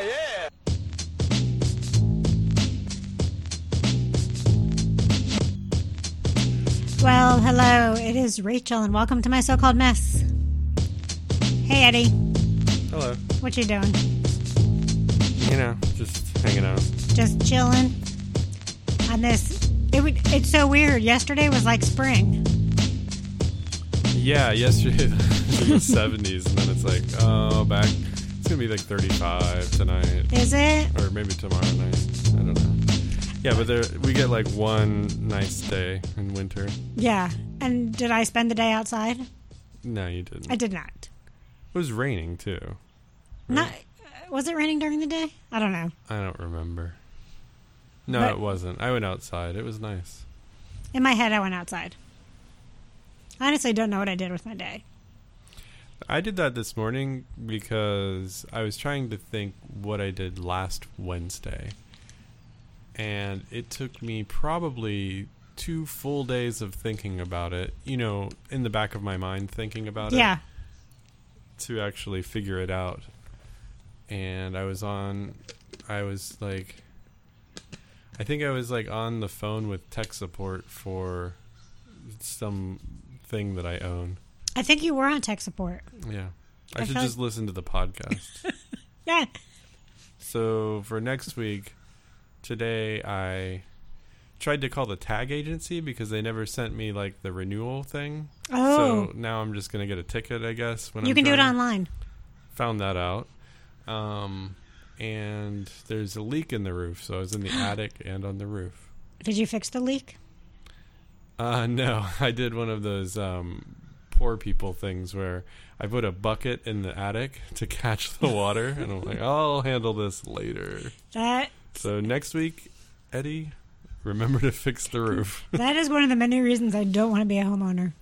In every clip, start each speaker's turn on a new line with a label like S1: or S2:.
S1: yeah.
S2: Well, hello. It is Rachel, and welcome to my so-called mess. Hey, Eddie,
S3: Hello.
S2: what you doing?
S3: You know, just hanging out.
S2: Just chilling on this. It would. It's so weird. Yesterday was like spring.
S3: Yeah, yesterday it was in the 70s, and then it's like, oh, back. It's gonna be like 35 tonight,
S2: Is it?
S3: or maybe tomorrow night. I don't know. Yeah, but there we get like one nice day in winter.
S2: Yeah. And did I spend the day outside?
S3: No, you didn't.
S2: I
S3: It
S2: did not.
S3: was raining too.
S2: Not. uh, Was it raining during the day? I don't know.
S3: I don't remember. No,
S2: But-
S3: it wasn't. I went outside. It was nice.
S2: In my head, I went outside. I honestly don't know what I did with my day.
S3: I did that this morning because I was trying to think what I did last Wednesday. And it took me probably two full days of thinking about it, you know, in the back of my mind thinking about
S2: Yeah.
S3: it to actually figure it out. And I was on I was like I think I was like on the phone with tech support for some thing that I own.
S2: I think you were on tech support.
S3: Yeah. I,
S2: I
S3: should
S2: feel
S3: just listen to the podcast.
S2: Yeah.
S3: So for next week, today I tried to call the tag agency because they never sent me like the renewal thing.
S2: Oh.
S3: So now I'm just gonna get a ticket, I guess. When
S2: you
S3: I'm
S2: can do it
S3: driving.
S2: online.
S3: Found that out. Um, and there's a leak in the roof, so I was in the attic and on the roof.
S2: Did you fix the leak?
S3: Uh, no, I did one of those um, poor people things where I put a bucket in the attic to catch the water, and I'm like, I'll handle this later.
S2: That
S3: So next week, Eddie, remember to fix the roof
S2: that is one of the many reasons I don't want to be a homeowner.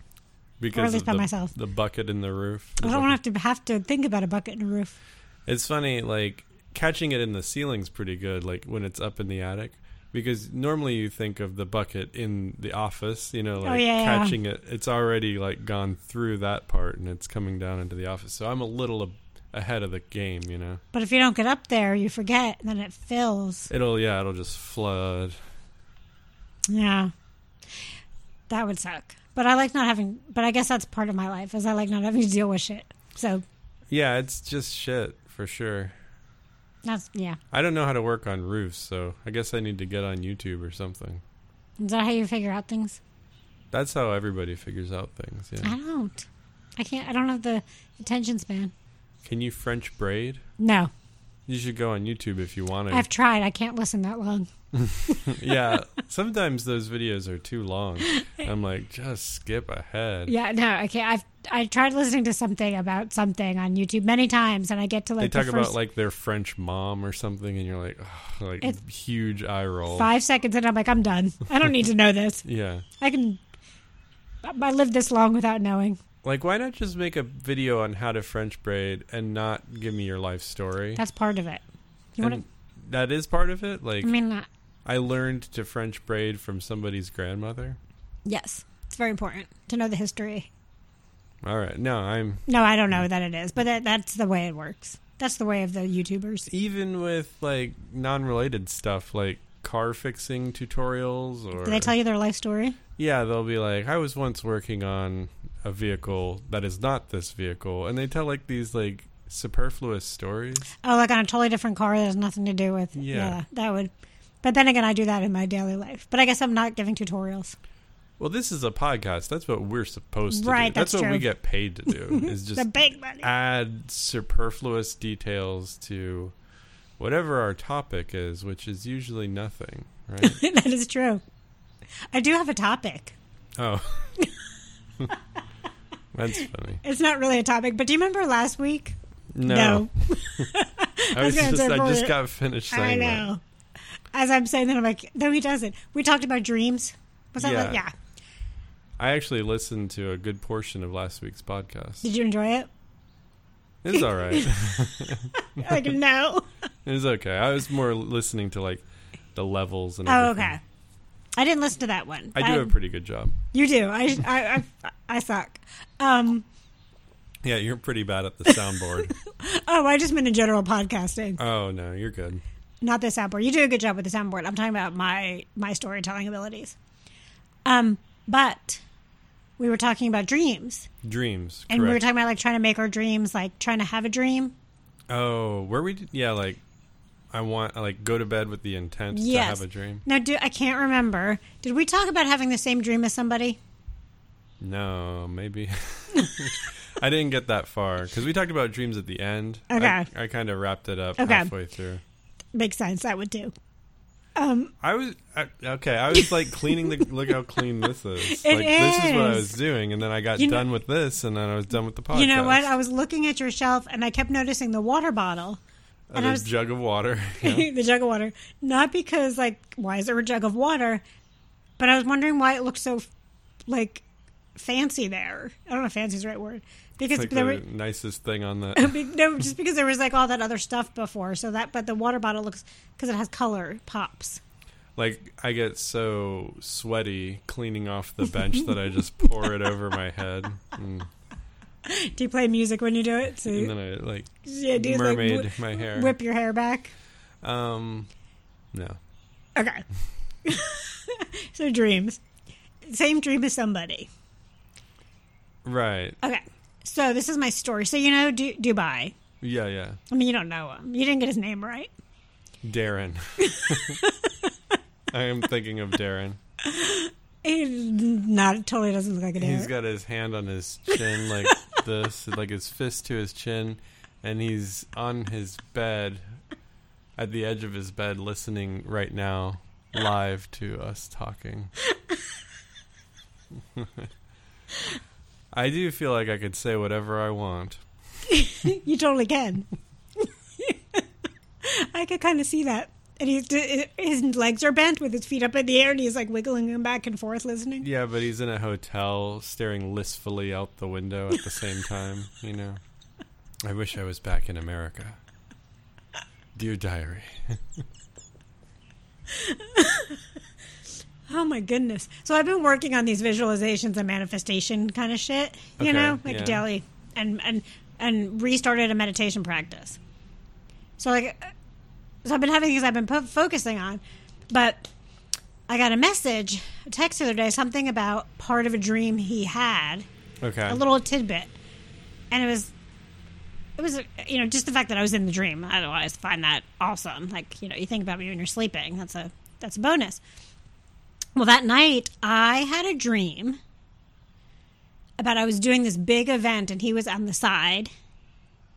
S3: because
S2: least
S3: of
S2: by
S3: the,
S2: myself.
S3: the bucket in the roof.
S2: I don't want to have to have to think about a bucket and a roof.
S3: It's funny, like catching it in the ceiling's pretty good, like when it's up in the attic. Because normally you think of the bucket in the office, you know, like
S2: Oh, yeah, yeah.
S3: catching it. It's already like gone through that part and it's coming down into the office. So I'm a little a- ahead of the game, you know.
S2: But if you don't get up there, you forget, and then it fills.
S3: It'll yeah, it'll just flood.
S2: Yeah, that would suck. But I like not having. But I guess that's part of my life is I like not having to deal with shit. So
S3: Yeah, it's just shit for sure.
S2: that's yeah.
S3: I don't know how to work on roofs, so I guess I need to get on YouTube or something.
S2: Is that how you figure out things?
S3: That's how everybody figures out things. Yeah.
S2: I don't. I can't. I don't have the attention span.
S3: Can you French braid?
S2: No,
S3: You should go on YouTube if you want to.
S2: I've tried. I can't listen that long.
S3: yeah. Sometimes those videos are too long. I'm like, just skip ahead.
S2: Yeah, no, I can't. I've I tried listening to something about something on YouTube many times, and I get to
S3: They
S2: like
S3: talk
S2: the
S3: about
S2: first
S3: like their French mom or something, and you're like, ugh, like
S2: It's-
S3: huge eye roll.
S2: five seconds, and I'm like, I'm done. I don't need to know this.
S3: Yeah.
S2: I can. I lived this long without knowing.
S3: Like, why not just make a video on how to French braid and not give me your life story?
S2: That's part of it. You want
S3: And
S2: to?
S3: that is part of it. Like,
S2: I mean, uh,
S3: I learned to French braid from somebody's grandmother.
S2: yes, it's very important to know the history.
S3: All right. No, I'm
S2: No, I don't know that it is, but that, that's the way it works. That's the way of the YouTubers.
S3: even with like non-related stuff like car fixing tutorials or
S2: Do they tell you their life story?
S3: Yeah, they'll be like I was once working on a vehicle that is not this vehicle and they tell like these like superfluous stories.
S2: Oh, like on a totally different car that has nothing to do with.
S3: Yeah.
S2: that would. But then again, I do that in my daily life. But I guess I'm not giving tutorials.
S3: Well, this is a podcast. That's what we're supposed to
S2: Right,
S3: do. That's,
S2: that's
S3: what we
S2: true.
S3: get paid to do is just
S2: The big money.
S3: add superfluous details to whatever our topic is, which is usually nothing, right?
S2: that is true. I do have a topic.
S3: Oh. That's funny.
S2: It's not really a topic, but do you remember last week?
S3: No. I, was
S2: gonna
S3: just,
S2: say
S3: I
S2: for
S3: just
S2: you.
S3: got finished saying
S2: I know. As I'm saying that, I'm like, no, he doesn't. We talked about dreams. Was that
S3: Yeah.
S2: like, yeah.
S3: that. I actually listened to a good portion of last week's podcast.
S2: Did you enjoy it?
S3: It was all right. it
S2: like, no.
S3: was okay. I was more listening to like the levels and
S2: Oh,
S3: everything.
S2: okay. I didn't listen to that one.
S3: I do a pretty good job.
S2: you do. I, I, I, I suck. Um,
S3: Yeah, you're pretty bad at the soundboard.
S2: Oh, I just meant in general podcasting.
S3: Oh no, you're good.
S2: Not the soundboard. You do a good job with the soundboard. I'm talking about my my storytelling abilities. Um, but we were talking about dreams,
S3: Dreams.
S2: and we were
S3: correct.
S2: talking about like trying to make our dreams, like trying to have a dream.
S3: oh, where we? d- Yeah, like I want like go to bed with the intent to
S2: Yes.
S3: have a dream.
S2: Now, do I can't remember. Did we talk about having the same dream as somebody?
S3: No, maybe. I didn't get that far because we talked about dreams at the end. I-
S2: Okay.
S3: I, kind of wrapped it up
S2: Okay.
S3: halfway through.
S2: Makes sense. That would do.
S3: I was I, okay. I was like cleaning the. look how clean this is.
S2: It
S3: like this is what I
S2: is.
S3: was doing, and then I got
S2: You know-
S3: done with this, and then I was done with the podcast.
S2: You know what? I was looking at your shelf and I kept noticing the water bottle,
S3: and
S2: and I
S3: a
S2: was-
S3: jug of water. Yeah.
S2: the jug of water. Not because like why is there a jug of water, but I was wondering why it looked so like fancy there. I don't know if fancy is the right word because
S3: It's like the
S2: there were.
S3: nicest thing on the.
S2: Be- No, just because there was like all that other stuff before, so that but the water bottle looks because it has color pops.
S3: Like I get so sweaty cleaning off the bench that I just pour it over my head, and,
S2: Do you play music when you do it? So
S3: and then I like
S2: yeah, do you, like,
S3: mermaid
S2: whi-
S3: my hair.
S2: whip your hair back.
S3: Um, no.
S2: Okay. so dreams, same dream as somebody.
S3: Right.
S2: Okay. So this is my story. So you know Du- Dubai.
S3: Yeah, yeah.
S2: I mean, you don't know him. You didn't get his name right.
S3: Darren. I am thinking of Darren.
S2: He not totally doesn't look like a
S3: He's
S2: name.
S3: got his hand on his chin like this, like his fist to his chin, and he's on his bed, at the edge of his bed, listening right now, live to us talking. I do feel like I could say whatever I want.
S2: you totally can. I could kind of see that. And he's his legs are bent with his feet up in the air, and he's like wiggling them back and forth, listening.
S3: Yeah, but he's in a hotel staring listfully out the window at the same time, you know. I wish I was back in America. Dear diary.
S2: Oh my goodness! So I've been working on these visualizations and manifestation kind of shit, you
S3: Okay,
S2: know, like
S3: yeah.
S2: daily, and and and restarted a meditation practice. So like, uh, so I've been having things I've been po- focusing on, but I got a message, a text the other day, something about part of a dream he had,
S3: Okay.
S2: a little tidbit, and it was. It was, uh, you know, just the fact that I was in the dream. I always find that awesome. Like, you know, you think about me when you're sleeping. That's a that's a bonus. Well, that night I had a dream about I was doing this big event and he was on the side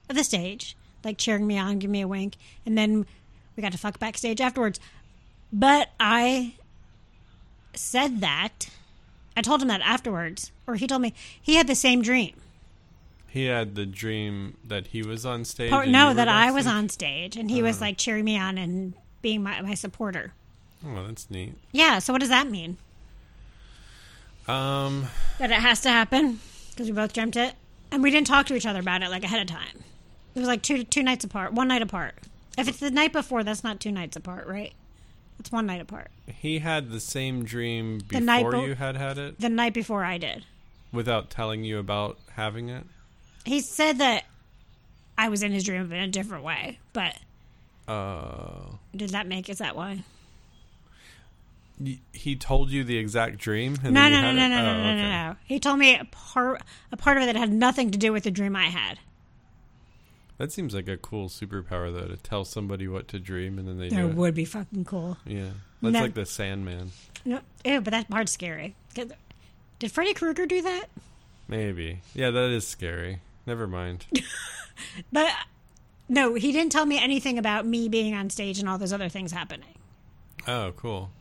S2: of the stage, like cheering me on, giving me a wink, and then we got to fuck backstage afterwards. But I said that I told him that afterwards, or he told me he had the same dream.
S3: He had the dream that he was on stage.
S2: Or,
S3: and you
S2: no,
S3: were Uh.
S2: that I was
S3: backstage?
S2: on stage and he was like cheering me on and being my, my supporter.
S3: Oh, that's neat.
S2: Yeah, so what does that mean?
S3: Um,
S2: that it has to happen because we both dreamt it, and we didn't talk to each other about it like ahead of time. It was like two two nights apart, one night apart. If it's the night before, that's not two nights apart, right? It's one night apart.
S3: he had the same dream before
S2: night bo-
S3: you had had it,
S2: The night before I did,
S3: without telling you about having it.
S2: he said that I was in his dream but in a different way. But
S3: Uh,
S2: did that make is that why?
S3: y- he told you the exact dream. And
S2: No,
S3: then you
S2: no, no,
S3: had
S2: no,
S3: it?
S2: no, no,
S3: Oh,
S2: no, no,
S3: okay.
S2: no. He told me a part a part of it that had nothing to do with the dream I had.
S3: That seems like a cool superpower, though, to tell somebody what to dream and then they
S2: That
S3: do it.
S2: would be fucking cool.
S3: Yeah, that's
S2: No.
S3: like the Sandman.
S2: No, ew, but that part's scary. 'Cause- Did Freddy Krueger do that?
S3: Maybe. Yeah, that is scary. Never mind.
S2: But no, he didn't tell me anything about me being on stage and all those other things happening.
S3: Oh, cool.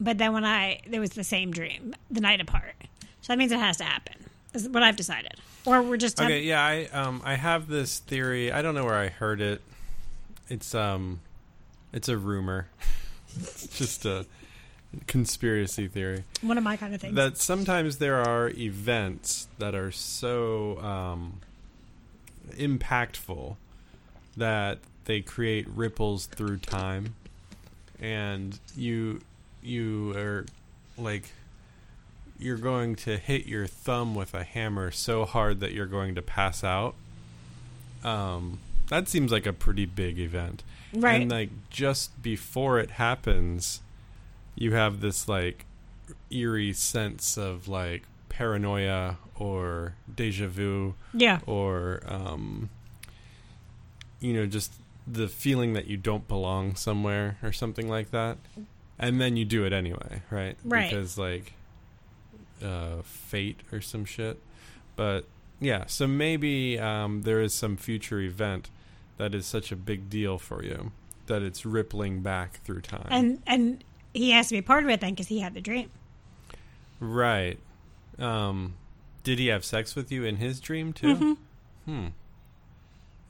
S2: But then when I, it was the same dream, the night apart. So that means it has to happen, is what I've decided. Or we're just.
S3: Okay, yeah, I um I have this theory. I don't know where I heard it. It's um it's a rumor. it's just a conspiracy theory.
S2: One of my kind of things.
S3: That sometimes there are events that are so um impactful that they create ripples through time and you you are like you're going to hit your thumb with a hammer so hard that you're going to pass out Um, that seems like a pretty big event.
S2: Right.
S3: And like just before it happens, you have this like eerie sense of like paranoia or deja vu
S2: yeah.
S3: or um, you know just the feeling that you don't belong somewhere or something like that and then you do it anyway right
S2: Right.
S3: because like uh, fate or some shit but yeah so maybe um, there is some future event that is such a big deal for you that it's rippling back through time
S2: And and he has to be part of it then because he had the dream.
S3: right um, did he have sex with you in his dream too Hmm.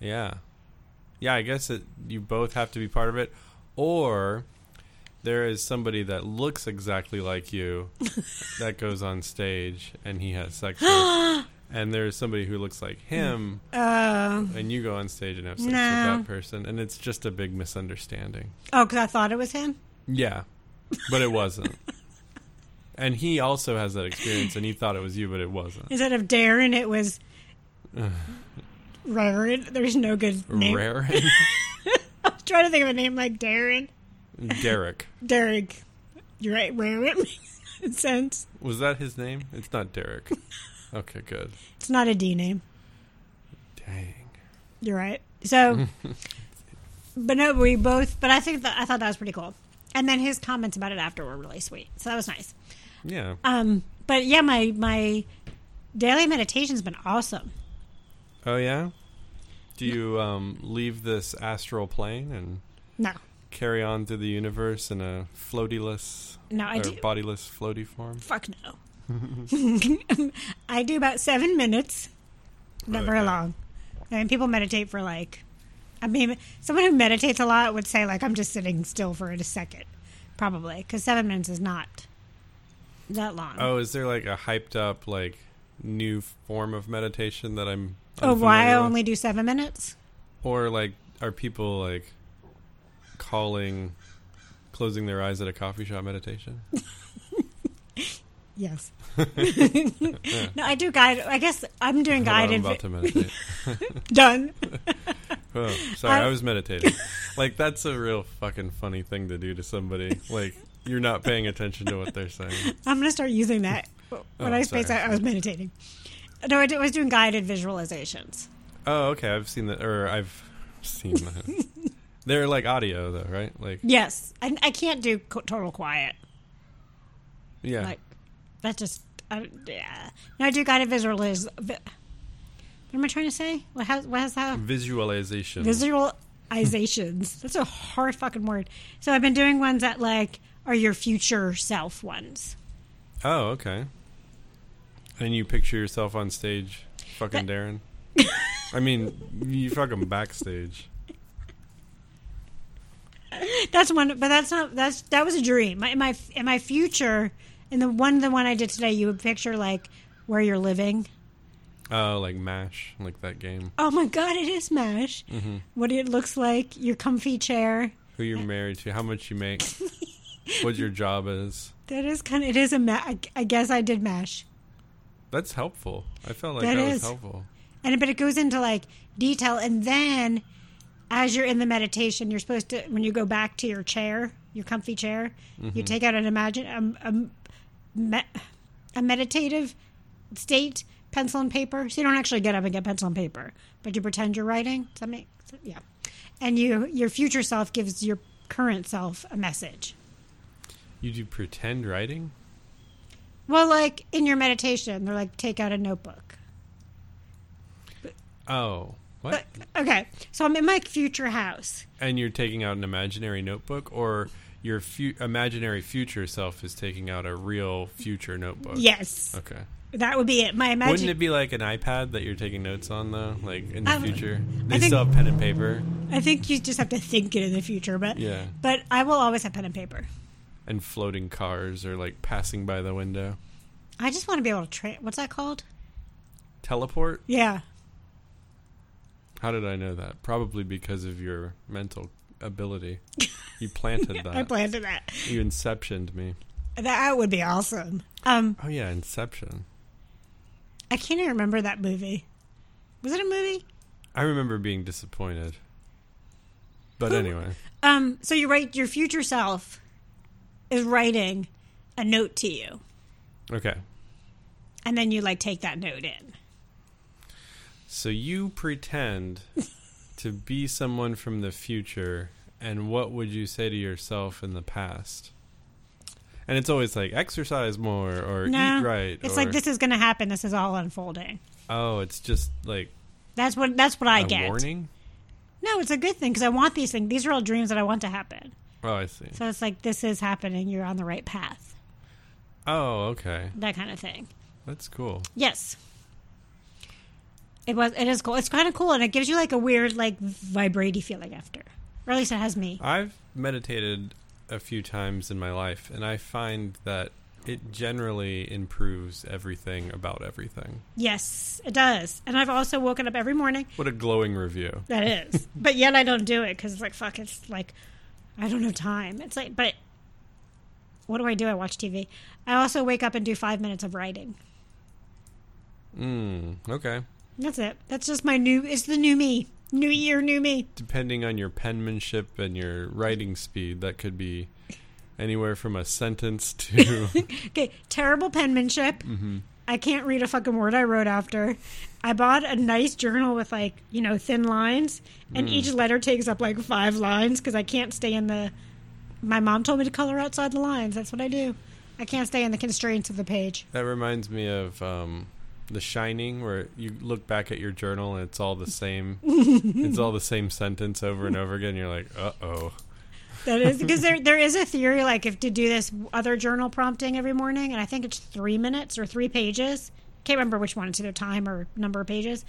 S3: Yeah. Yeah, I guess that you both have to be part of it. Or there is somebody that looks exactly like you that goes on stage and he has sex with. And there's somebody who looks like him
S2: Uh,
S3: and you go on stage and have sex
S2: No.
S3: with that person. And it's just a big misunderstanding.
S2: oh, because I thought it was him.
S3: Yeah. But it wasn't. and he also has that experience and he thought it was you, but it wasn't.
S2: Instead of Darren, it was Reverend. There's no good name.
S3: Rare.
S2: I'm trying to think of a name like Darren.
S3: Derek.
S2: Derek. You're right. Reverend makes sense.
S3: Was that his name? It's not Derek. Okay, good.
S2: It's not a D name.
S3: Dang.
S2: You're right. So, but no, we both. But I think that I thought that was pretty cool. And then his comments about it after were really sweet. So that was nice.
S3: Yeah.
S2: Um, but yeah, my my daily meditation's been awesome.
S3: Oh yeah. Do you um, leave this astral plane and
S2: No,
S3: carry on through the universe in a floatyless
S2: no, I
S3: or
S2: do.
S3: bodiless floaty form?
S2: Fuck no. I do about seven minutes, not very
S3: Okay.
S2: long. I mean, people meditate for like, I mean, someone who meditates a lot would say like, I'm just sitting still for a second, probably, because seven minutes is not that long.
S3: Oh, is there like a hyped up like new form of meditation that I'm
S2: oh, why I
S3: unfamiliar with?
S2: only do seven minutes?
S3: or like are people like calling closing their eyes at a coffee shop meditation?
S2: Yes. no, I do guide. I guess I'm doing
S3: Hold on, I'm
S2: guided.
S3: about to meditate.
S2: Done.
S3: Oh, sorry,
S2: I-
S3: I was meditating. like that's a real fucking funny thing to do to somebody. Like you're not paying attention to what they're saying.
S2: I'm gonna start using that. When I space
S3: Oh, sorry.
S2: out, I was meditating. No, I, did, I was doing guided visualizations.
S3: Oh, okay. I've seen that, or I've seen that. They're like audio, though, right? Like,
S2: Yes, I, I can't do co- total quiet.
S3: yeah,
S2: Like that just I, yeah. No, I do guided visualiz. vi- What am I trying to say? What has what has that?
S3: visualization.
S2: Visualizations. That's a hard fucking word. So I've been doing ones that like are your future self ones.
S3: oh, okay. And you picture yourself on stage, fucking Darren. I mean, you fucking backstage.
S2: That's one, but that's not that's that was a dream. My in my in my future, in the one the one I did today, you would picture like where you're living.
S3: Oh, like Mash, like that game.
S2: Oh my god, it is Mash. What it looks like, your comfy chair.
S3: Who you're married to, how much you make, what your job is.
S2: That is kind of it is a ma- I, I guess I did mash,
S3: That's helpful. I felt like
S2: That
S3: that,
S2: is.
S3: was helpful.
S2: and but it goes into like detail, and then as you're in the meditation, you're supposed to when you go back to your chair, your comfy chair, you take out an imagine um, um, me- a meditative state pencil and paper. So you don't actually get up and get pencil and paper, but you pretend you're writing. Does that make yeah? And you your future self gives your current self a message.
S3: You do pretend writing?
S2: Well, like in your meditation, they're like take out a notebook.
S3: Oh, what?
S2: Okay, so I'm in my future house.
S3: and you're taking out an imaginary notebook, or your fu- imaginary future self is taking out a real future notebook?
S2: Yes,
S3: Okay.
S2: that would be it. My
S3: Wouldn't
S2: imagine.
S3: it be like an iPad that you're taking notes on, though? Like in the
S2: Um,
S3: future, they
S2: I think-
S3: still have pen and paper
S2: I think you just have to think it in the future, but
S3: Yeah.
S2: But I will always have pen and paper.
S3: and floating cars, or like passing by the window.
S2: I just want to be able to. Tra- What's that called?
S3: Teleport?
S2: Yeah.
S3: How did I know that? Probably because of your mental ability. You planted that.
S2: I planned that.
S3: you inceptioned me.
S2: That would be awesome. Um,
S3: Oh yeah, Inception.
S2: I can't even remember that movie. Was it a movie?
S3: I remember being disappointed. But
S2: Who-
S3: anyway,
S2: Um, so you write your future self is writing a note to you,
S3: okay.
S2: and then you like take that note in.
S3: So you pretend to be someone from the future, and what would you say to yourself in the past? And it's always like exercise more or
S2: No,
S3: eat right.
S2: It's
S3: or,
S2: like this is going to happen. This is all unfolding.
S3: Oh, it's just like
S2: That's what that's what I
S3: a
S2: get.
S3: warning.
S2: No, it's a good thing because I want these things. These are all dreams that I want to happen.
S3: Oh, I see.
S2: So it's like this is happening. You're on the right path.
S3: Oh, okay.
S2: That kind of thing.
S3: That's cool.
S2: Yes. It was. It is cool. It's kind of cool, and it gives you like a weird, like vibraty feeling after, or at least it has me.
S3: I've meditated a few times in my life, and I find that it generally improves everything about everything.
S2: Yes, it does. And I've also woken up every morning.
S3: What a glowing review.
S2: That is, but yet I don't do it because it's like fuck. It's like I don't have time. It's like, but what do I do? I watch TV. I also wake up and do five minutes of writing.
S3: Mm, okay.
S2: That's it. That's just my new. It's the new me. New year, new me.
S3: Depending on your penmanship and your writing speed, that could be anywhere from a sentence to.
S2: Okay, terrible penmanship. I can't read a fucking word I wrote after. I bought a nice journal with like you know thin lines, and
S3: Mm. Hmm.
S2: each letter takes up like five lines because I can't stay in the. My mom told me to color outside the lines. That's what I do. I can't stay in the constraints of the page.
S3: that reminds me of um, The Shining, where you look back at your journal and it's all the same. it's all the same sentence over and over again. You're like, uh oh.
S2: That is because there there is a theory like if to do this other journal prompting every morning, and I think it's three minutes or three pages. Can't remember which one. It's either time or number of pages,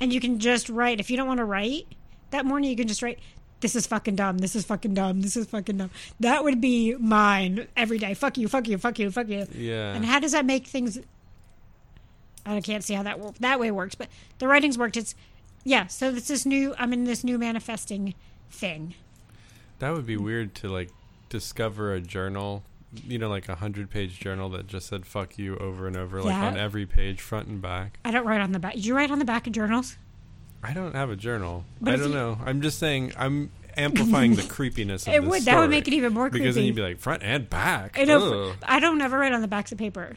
S2: and you can just write if you don't want to write that morning. You can just write. This is fucking dumb. This is fucking dumb. This is fucking dumb. That would be mine every day. Fuck you. Fuck you. Fuck you. Fuck you.
S3: Yeah.
S2: And how does that make things? I can't see how that wo- that way works, but the writing's worked. It's yeah. So it's this new. I'm in this new manifesting thing.
S3: That would be weird to like discover a journal, you know, like a hundred page journal that just said "fuck you" over and over, like
S2: Yeah.
S3: on every page, front and back.
S2: I don't write on the back. Do you write on the back of journals?
S3: I don't have a journal.
S2: But
S3: I
S2: if
S3: don't
S2: you-
S3: know. I'm just saying I'm amplifying the creepiness of
S2: It
S3: this
S2: would. That would
S3: story.
S2: make it even more
S3: Because then
S2: creepy.
S3: you'd be like front and back.
S2: I
S3: Ugh.
S2: don't. I don't ever write on the backs of paper.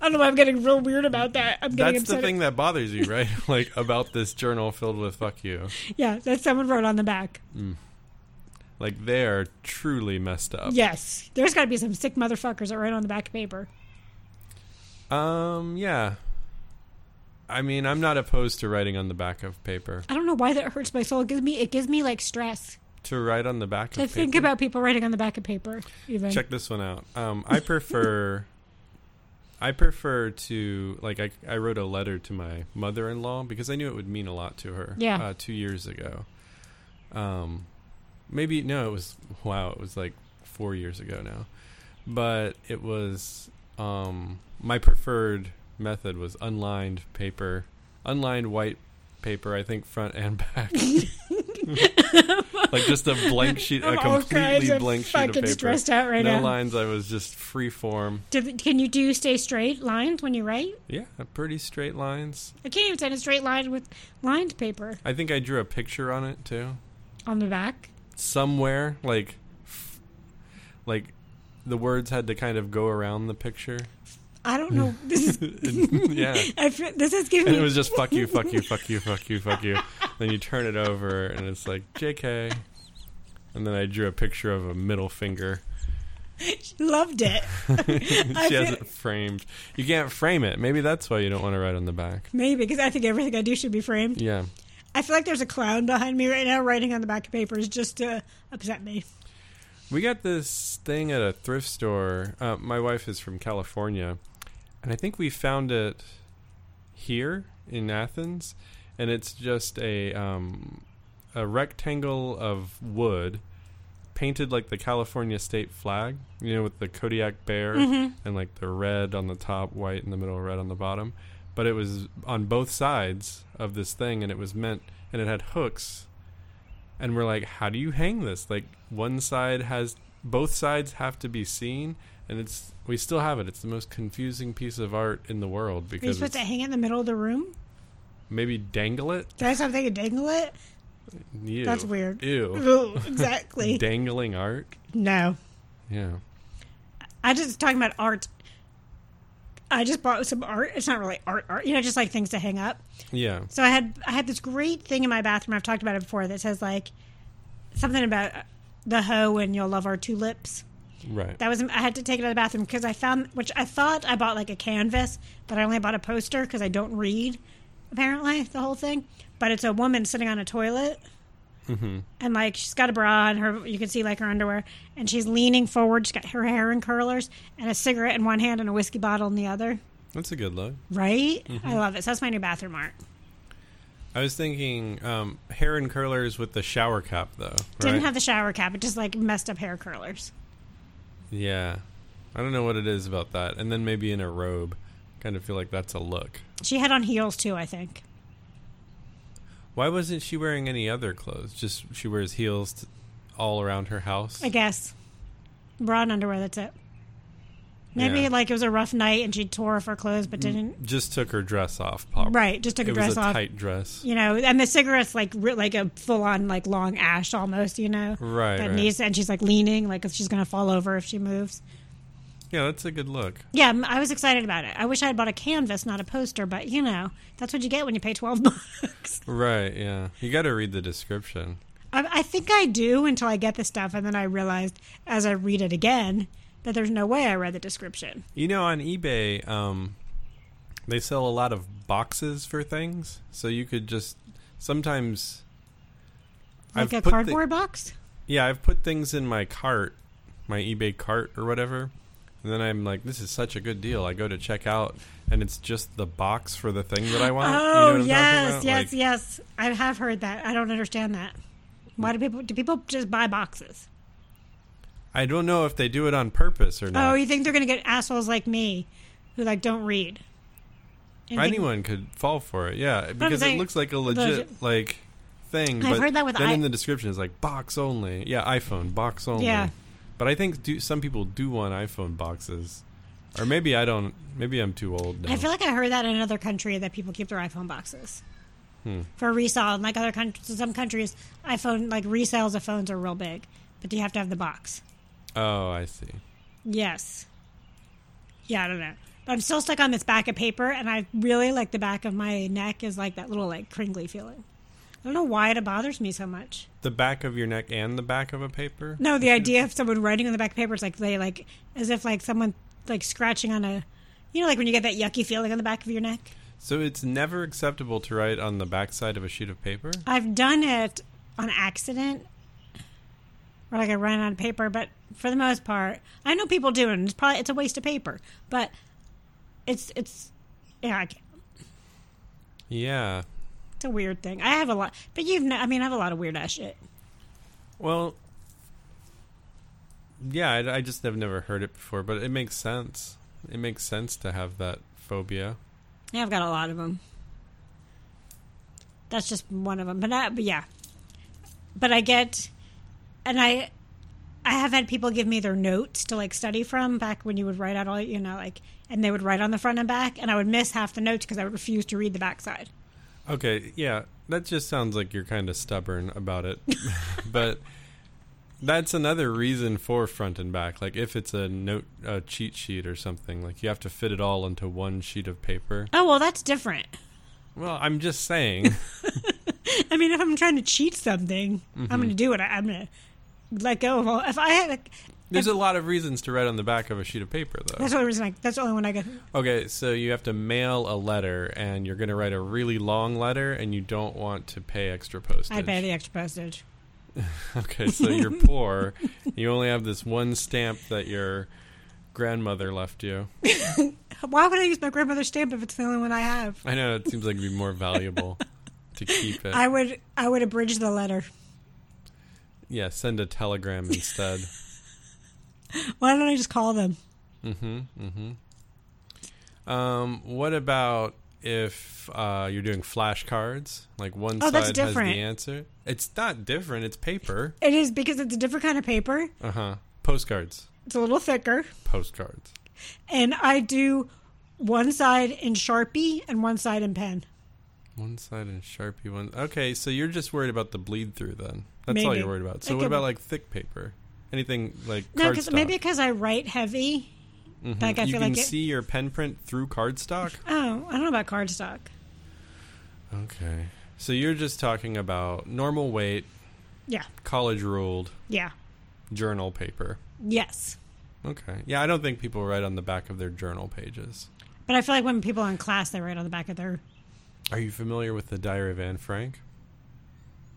S2: I don't know. I'm getting real weird about that. I'm getting
S3: That's the
S2: upset.
S3: thing that bothers you, right? like about this journal filled with "fuck you."
S2: Yeah, that someone wrote on the back.
S3: Like they are truly messed up.
S2: Yes, there's got to be some sick motherfuckers that write on the back of paper.
S3: Um. Yeah. I mean, I'm not opposed to writing on the back of paper.
S2: I don't know why that hurts my soul. It gives me. It gives me like stress
S3: To write on the back
S2: to
S3: of paper.
S2: think about people writing on the back of paper. Even
S3: check this one out. Um, I prefer, I prefer to like I, I wrote a letter to my mother-in-law because I knew it would mean a lot to her.
S2: Yeah.
S3: uh, two years ago. Um, maybe no, it was wow, it was like four years ago now, but it was um my preferred method was unlined paper, unlined white paper. I think front and back. like just a blank sheet,
S2: I'm
S3: a
S2: all kinds
S3: completely
S2: of
S3: blank sheet
S2: fucking
S3: of paper
S2: stressed out right
S3: no
S2: now.
S3: lines. I was just free form.
S2: Do the- can you do stay straight lines when you write?
S3: Yeah, pretty straight lines.
S2: I can't even send a straight line with lined paper
S3: I think I drew a picture on it too.
S2: on the back.
S3: Somewhere, like, f- like the words had to kind of go around the picture.
S2: I don't know.
S3: Hmm.
S2: This is.
S3: yeah,
S2: I feel, this is giving
S3: and
S2: me
S3: it was just fuck you, fuck you, fuck you, fuck you, fuck you. Then you turn it over, and it's like J.K. And then I drew a picture of a middle finger.
S2: loved it. I
S3: she
S2: feel-
S3: has it framed. You can't frame it. Maybe that's why you don't want to write on the back.
S2: Maybe because I think everything I do should be framed.
S3: Yeah.
S2: I feel like there's a clown behind me right now writing on the back of papers just to upset me.
S3: We got this thing at a thrift store. Uh, my wife is from California, and I think we found it here in Athens, and it's just a um, a rectangle of wood painted like the California state flag, you know, with the Kodiak bear and like the red on the top, white in the middle, red on the bottom. But it was on both sides of this thing, and it was meant, and it had hooks. And we're like, how do you hang this? Like, one side has, both sides have to be seen, and it's, we still have it. It's the most confusing piece of art in the world
S2: Are you
S3: because
S2: supposed
S3: it's,
S2: to hang it in the middle of the room?
S3: Maybe dangle it.
S2: Did I stop thinking dangle it?
S3: Ew.
S2: That's weird.
S3: Ew.
S2: Ooh, exactly.
S3: Dangling art.
S2: no.
S3: Yeah.
S2: I just talking about art. I just bought some art. It's not really art, art. You know, just like things to hang up.
S3: Yeah.
S2: So I had I had this great thing in my bathroom. I've talked about it before that says like something about the hoe and you'll love our tulips.
S3: Right.
S2: That was I had to take it out of the bathroom because I found which I thought I bought like a canvas, but I only bought a poster because I don't read apparently the whole thing. But it's a woman sitting on a toilet. And like she's got a bra and her, you can see like her underwear, and she's leaning forward. She's got her hair in curlers and a cigarette in one hand and a whiskey bottle in the other.
S3: That's a good look.
S2: Right? I love it. So that's my new bathroom art.
S3: I was thinking um, hair and curlers with the shower cap though.
S2: Didn't
S3: right?
S2: have the shower cap. It just like messed up hair curlers.
S3: Yeah. I don't know what it is about that. And then maybe in a robe. Kind of feel like that's a look.
S2: She had on heels too, I think.
S3: Why wasn't she wearing any other clothes? Just she wears heels t- all around her house.
S2: I guess. Bra and underwear, that's it. Maybe
S3: Yeah.
S2: like it was a rough night and she tore off her clothes but didn't.
S3: Just took her dress off, Pop.
S2: Right, just took her
S3: it
S2: dress
S3: was a
S2: off.
S3: tight dress.
S2: You know, and the cigarette's like re- like a full on like long ash almost, you know.
S3: Right,
S2: That
S3: right.
S2: knees and she's like leaning like if she's going to fall over if she moves.
S3: Yeah, that's a good look.
S2: Yeah, m- I was excited about it. I wish I had bought a canvas, not a poster, but you know, that's what you get when you pay 12 bucks.
S3: Right, yeah. You got to read the description.
S2: I, I think I do until I get the stuff, and then I realized as I read it again that there's no way I read the description.
S3: You know, on eBay, um, they sell a lot of boxes for things, so you could just sometimes.
S2: Like a
S3: put thi-
S2: cardboard box?
S3: yeah, I've put things in my cart, my eBay cart or whatever, and then I'm like, "This is such a good deal." I go to check out, and it's just the box for the thing that I want. you know
S2: Oh
S3: what I'm talking
S2: yes,
S3: about?
S2: yes,
S3: Like,
S2: yes. I have heard that. I don't understand that. Why do people do people just buy boxes?
S3: I don't know if they do it on purpose or
S2: Oh,
S3: not.
S2: you think they're gonna get assholes like me who like don't read? And think-
S3: Anyone could fall for it, yeah, because it
S2: saying-
S3: looks like a legit
S2: legit-
S3: like thing.
S2: I've
S3: but
S2: heard that with
S3: then
S2: i-
S3: in the description it's like box only, yeah, iPhone box only.
S2: Yeah.
S3: but I think do, some people do want iPhone boxes, or maybe I don't. Maybe I'm too old. Now.
S2: I feel like I heard that in another country that people keep their iPhone boxes
S3: Hmm.
S2: for resale. And like other countries, some countries, iPhone like resales of phones are real big, but you have to have the box.
S3: oh, I see.
S2: Yes. Yeah, I don't know. But I'm still stuck on this back of paper, and I really like the back of my neck is like that little like cringly feeling. I don't know why it bothers me so much.
S3: The back of your neck and the back of a paper.
S2: No, the idea of someone writing on the back of paper is like they like as if like someone like scratching on a, you know, like when you get that yucky feeling on the back of your neck.
S3: So it's never acceptable to write on the backside of a sheet of paper.
S2: I've done it on accident, or like I ran out of paper. But for the most part, I know people do, and it's probably it's a waste of paper. But it's it's yeah, I can't.
S3: Yeah.
S2: It's a weird thing. I have a lot, but you've. kn- I mean, I have a lot of weird ass shit.
S3: Well. Yeah, I, I just have never heard it before, but it makes sense. It makes sense to have that phobia.
S2: Yeah, I've got a lot of them. That's just one of them. But, I, but yeah, but I get, and I, I have had people give me their notes to like study from back when you would write out all you know like, and they would write on the front and back, and I would miss half the notes because I would refuse to read the backside.
S3: Okay, yeah, that just sounds like you're kind of stubborn about it. but that's another reason for front and back. Like if it's a note a cheat sheet or something, like you have to fit it all into one sheet of paper.
S2: Oh well, that's different.
S3: Well, I'm just saying.
S2: I mean, if I'm trying to cheat something, I'm going to do it. I, I'm going to let go of all. If I had, like,
S3: There's a lot of reasons to write on the back of a sheet of paper though.
S2: that's the only reason. I, that's the only one I get.
S3: Okay, so you have to mail a letter and you're going to write a really long letter and you don't want to pay extra postage.
S2: I pay the extra postage.
S3: Okay, so you're poor. You only have this one stamp that your grandmother left you.
S2: Why would I use my grandmother's stamp if it's the only one I have?
S3: I know it seems like it'd be more valuable to keep it.
S2: I would I would abridge the letter.
S3: yeah, send a telegram instead.
S2: Why don't I just call them?
S3: mm-hmm. Mm-hmm. Um, what about if uh, you're doing flashcards? Like one
S2: Oh,
S3: side
S2: that's
S3: has
S2: different.
S3: the answer. It's not different. It's paper.
S2: It is because it's a different kind of paper.
S3: Uh huh. Postcards.
S2: It's a little thicker,
S3: Postcards.
S2: and I do one side in Sharpie and one side in pen.
S3: One side and Sharpie one. Okay, so you're just worried about the bleed through then. That's all
S2: Maybe.
S3: you're worried about. So
S2: It
S3: what
S2: could-
S3: about like thick paper? Anything like
S2: No, because
S3: cardstock?
S2: maybe because I write heavy.
S3: Mhm.
S2: like, I
S3: you
S2: feel
S3: can
S2: like it-
S3: see your pen print through cardstock.
S2: Oh, I don't know about cardstock.
S3: Okay. So you're just talking about normal weight,
S2: Yeah,
S3: college ruled
S2: yeah,
S3: journal paper.
S2: yes.
S3: Okay. Yeah, I don't think people write on the back of their journal pages.
S2: But I feel like when people are in class, they write on the back of their
S3: Are you familiar with the Diary of Anne Frank?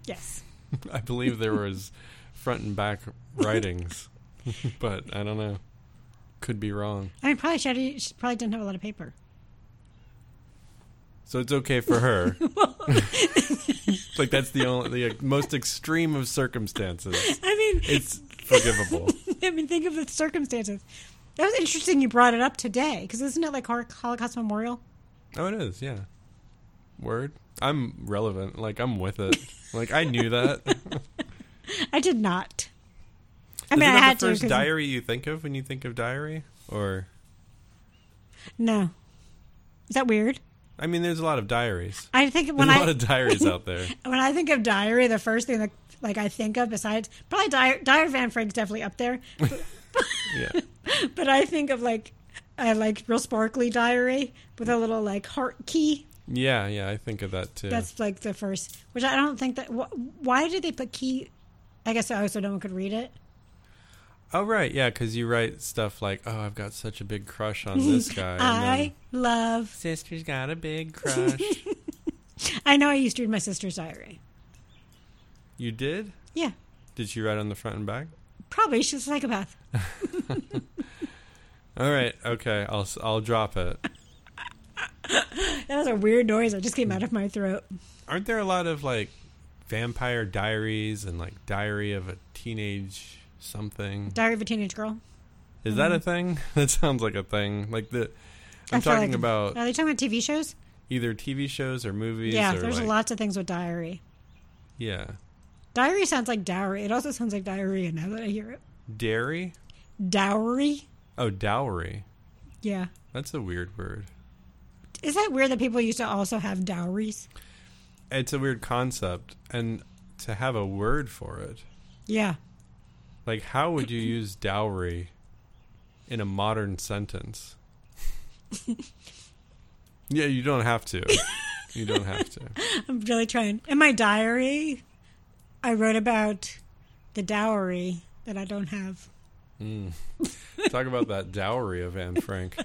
S2: yes.
S3: I believe there was front and back writings, but I don't know. Could be wrong.
S2: I mean, probably she, she probably didn't have a lot of paper.
S3: So it's okay for her. It's like that's the only the uh, most extreme of circumstances.
S2: I mean,
S3: It's forgivable.
S2: I mean, think of the circumstances. That was interesting. You brought it up today because isn't it like Hor- Holocaust Memorial?
S3: Oh, it is. Yeah. Word. I'm relevant. Like I'm with it. Like I knew that.
S2: I did not. I
S3: Isn't
S2: mean, I
S3: that the
S2: had to.
S3: first
S2: 'cause-
S3: diary you think of when you think of diary? Or
S2: No, is that weird?
S3: I mean, there's a lot of diaries.
S2: I think
S3: There's
S2: when
S3: a
S2: I
S3: lot of diaries out there.
S2: when I think of diary, the first thing that like I think of besides probably Diary, diary Van Frank's definitely up there,
S3: Yeah.
S2: but I think of like I like real sparkly diary with a little like heart key.
S3: Yeah, yeah, I think of that too.
S2: That's like the first, which I don't think that. Wh- why did they put key? I guess oh, so no one could read it.
S3: oh right, yeah, because you write stuff like, "Oh, I've got such a big crush on this guy." and
S2: I
S3: then,
S2: love.
S3: Sister's got a big crush.
S2: I know I used to read my sister's diary.
S3: you did?
S2: Yeah,
S3: Did she write on the front and back?
S2: probably she's a psychopath.
S3: All right, okay, I'll s- I'll drop it.
S2: That was a weird noise that just came out of my throat.
S3: Aren't there a lot of like vampire diaries and like diary of a teenage something?
S2: Diary of a Teenage Girl.
S3: Is that a thing? That sounds like a thing. Like the I'm
S2: mm-hmm. I feel
S3: talking
S2: like-
S3: about
S2: Are they talking about TV shows?
S3: either TV shows or movies.
S2: Yeah,
S3: or
S2: there's
S3: like,
S2: lots of things with diary.
S3: Yeah,
S2: Diary sounds like dowry. It also sounds like diarrhea now that I hear it.
S3: dairy.
S2: Dowry?
S3: Oh, dowry.
S2: Yeah.
S3: That's a weird word.
S2: Is that weird that people used to also have dowries?
S3: It's a weird concept, and to have a word for it,
S2: Yeah.
S3: like how would you use dowry in a modern sentence? yeah, you don't have to. You don't have to.
S2: I'm really trying. In my diary, I wrote about the dowry that I don't have.
S3: Talk about that dowry of Anne Frank.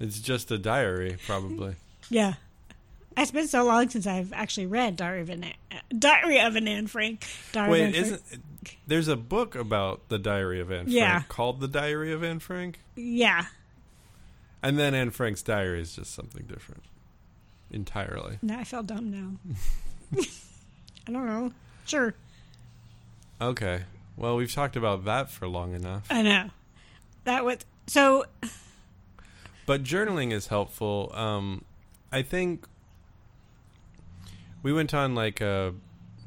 S3: It's just a diary, probably.
S2: Yeah. It's been so long since I've actually read Diary of an Anne, Diary of an Anne Frank. Diary of Anne
S3: Wait,
S2: Frank.
S3: isn't there's a book about the Diary of Anne
S2: Yeah.
S3: Frank called The Diary of Anne Frank?
S2: Yeah.
S3: And then Anne Frank's diary is just something different entirely.
S2: No, I feel dumb now. I don't know. Sure.
S3: Okay. Well, we've talked about that for long enough.
S2: I know. That was so
S3: But journaling is helpful. Um, I think we went on like a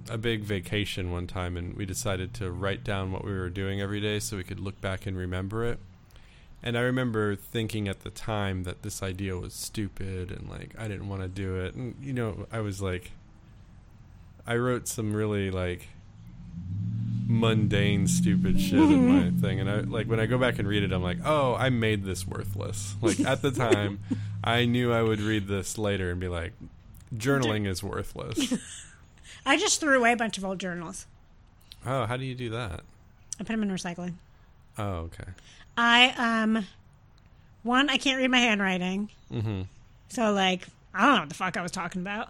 S3: a big vacation one time, and we decided to write down what we were doing every day so we could look back and remember it. And I remember thinking at the time that this idea was stupid and like I didn't want to do it. And you know, I was like, I wrote some really like mundane, stupid shit in my thing. And I like when I go back and read it, I'm like, oh, I made this worthless. Like at the time, I knew I would read this later and be like, journaling is worthless.
S2: I just threw away a bunch of old journals.
S3: Oh, how do you do that?
S2: I put them in recycling.
S3: Oh, okay.
S2: I um, one I can't read my handwriting,
S3: Mm-hmm.
S2: so like I don't know what the fuck I was talking about.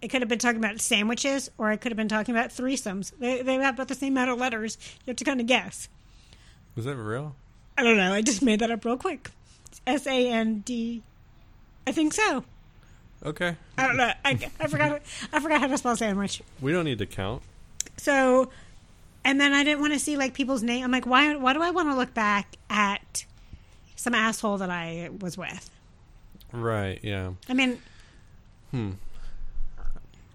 S2: It could have been talking about sandwiches, or I could have been talking about threesomes. They they have about the same amount of letters. You have to kind of guess.
S3: Was that real?
S2: I don't know. I just made that up real quick. S A N D. I think so.
S3: Okay.
S2: I don't know. I, I forgot. I forgot how to spell sandwich.
S3: We don't need to count.
S2: So, and then I didn't want to see like people's name. I'm like, why? Why do I want to look back at some asshole that I was with?
S3: Right, yeah.
S2: I mean,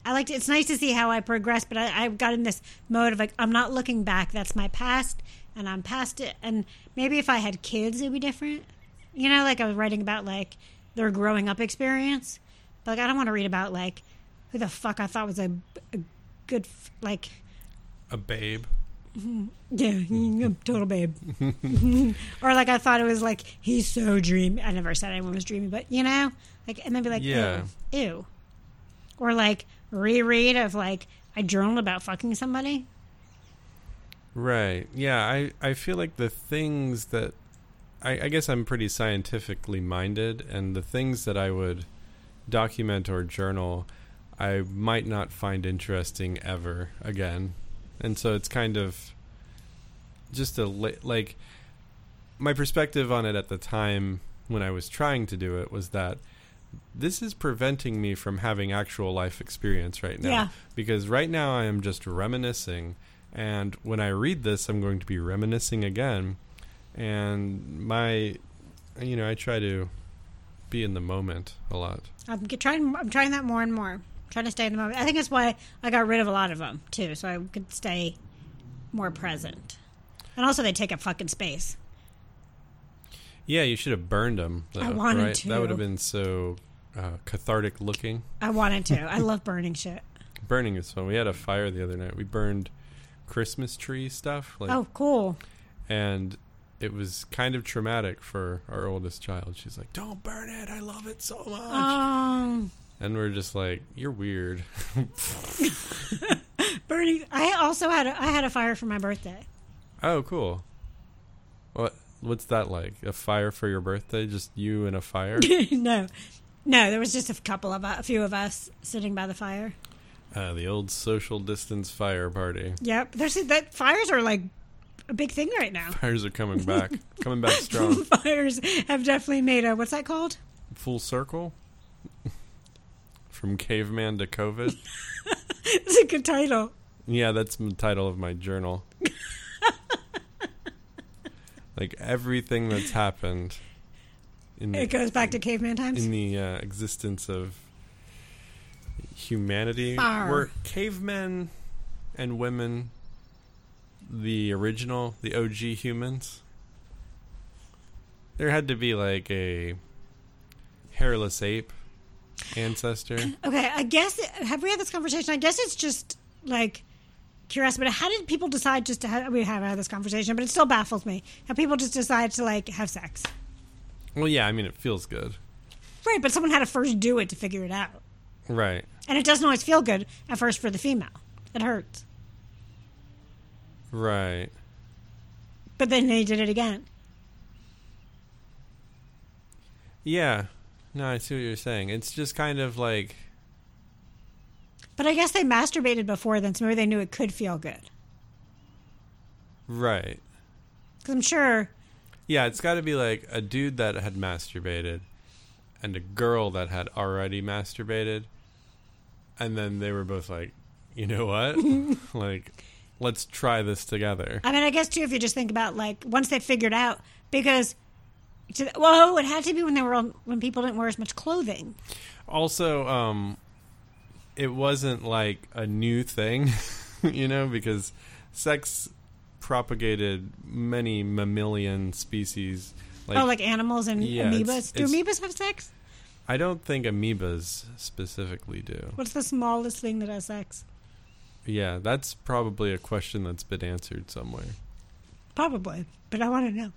S2: I like. to- It's nice to see how I progress, but I, I've got in this mode of like, I'm not looking back. That's my past, and I'm past it. And maybe if I had kids, it'd be different. You know, like I was writing about like their growing up experience. But like, I don't want to read about like who the fuck I thought was a, a good f- like
S3: A babe.
S2: yeah a total babe, or like I thought it was like he's so dreamy. I never said anyone was dreamy, but you know, like and they'd be like,
S3: Yeah.
S2: ew, ew. or like reread of like I journaled about fucking somebody.
S3: Right. Yeah. I, I feel like the things that I, I guess I'm pretty scientifically minded, and the things that I would document or journal, I might not find interesting ever again. And so it's kind of just a li- like my perspective on it at the time when I was trying to do it was that this is preventing me from having actual life experience right now
S2: Yeah.
S3: because right now I am just reminiscing, and when I read this, I'm going to be reminiscing again. And my, you know, I try to be in the moment a lot.
S2: I'm g- trying. I'm trying that more and more. trying to stay in the moment. I think that's why I got rid of a lot of them too, so I could stay more present. And also, they take up fucking space.
S3: Yeah, you should have burned them. Though,
S2: I wanted
S3: right?
S2: to.
S3: That would have been so uh, cathartic looking.
S2: I wanted to. I love burning shit.
S3: Burning is fun. We had a fire the other night. We burned Christmas tree stuff, like,
S2: Oh, cool.
S3: and it was kind of traumatic for our oldest child. She's like, "Don't burn it. I love it so much."
S2: Um,
S3: and we're just like, "You're weird."
S2: burning. I also had. A, I had a fire for my birthday.
S3: Oh, cool. What what's that like? A fire for your birthday? Just you and a fire?
S2: no, no. There was just a couple of a few of us sitting by the fire.
S3: uh, the old social distance fire party.
S2: Yep. There's that fires are like a big thing right now.
S3: Fires are coming back, coming back strong.
S2: fires have definitely made a what's that called?
S3: Full circle. From caveman to COVID.
S2: It's a good title.
S3: Yeah, that's the title of my journal. like everything that's happened in
S2: It
S3: the,
S2: goes back to caveman times.
S3: in the uh, existence of humanity
S2: Arr.
S3: were cavemen and women the original the og humans there had to be like a hairless ape ancestor
S2: Okay, I guess have we had this conversation? I guess it's just like curiosity. But how did people decide just to? Have, we have had this conversation, but it still baffles me how people just decide to like have sex,
S3: well yeah i mean it feels good
S2: right? But someone had to first do it to figure it out,
S3: right
S2: and it doesn't always feel good at first for the female. It hurts,
S3: right
S2: but then they did it again.
S3: yeah no i see what you're saying it's just kind of like
S2: But I guess they masturbated before then, so maybe they knew it could feel good.
S3: right
S2: Because I'm sure,
S3: Yeah, it's got to be like a dude that had masturbated and a girl that had already masturbated. And then they were both like, you know what? like, let's try this together.
S2: I mean, I guess too, if you just think about like once they figured out because. To, whoa! It had to be when they were on, when people didn't wear as much clothing.
S3: Also, um, it wasn't like a new thing, you know, because sex propagated many mammalian species. Like,
S2: oh, like animals and
S3: Yeah, it's-
S2: amoebas. Do
S3: it's-
S2: amoebas have sex?
S3: I don't think amoebas specifically do.
S2: What's the smallest thing that has sex?
S3: Yeah, that's probably a question that's been answered somewhere.
S2: Probably, but I want to know.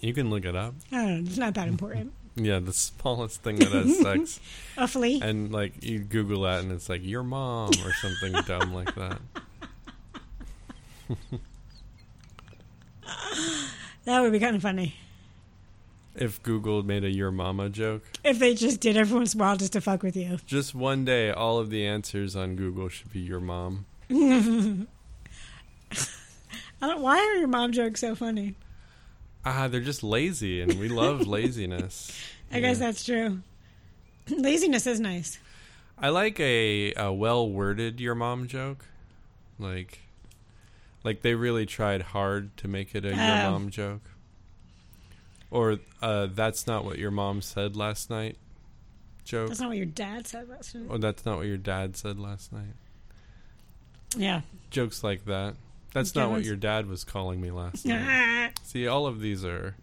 S3: You can look it up.
S2: I don't know. It's not that important.
S3: Yeah, the smallest thing that has sex,
S2: A flea.
S3: and like you Google that, and it's like your mom or something dumb like that.
S2: that would be kind of funny
S3: If Google made a your mama joke,
S2: if they just did every once in a while just to fuck with you.
S3: just one day, all of the answers on Google should be your mom.
S2: I don't. Why are your mom jokes so funny?
S3: Ah, they're just lazy, and we love laziness.
S2: I guess
S3: Yeah.
S2: that's true. Laziness is nice.
S3: I like a, a well worded your mom joke, like, like they really tried hard to make it a your
S2: Oh.
S3: mom joke. Or uh, that's not what your mom said last night. Joke.
S2: That's not what your dad said last night.
S3: Oh, that's not what your dad said last night.
S2: Yeah.
S3: Jokes like that. That's
S2: Good
S3: not what
S2: ones.
S3: your dad was calling me last night.
S2: Ah.
S3: See, all of these are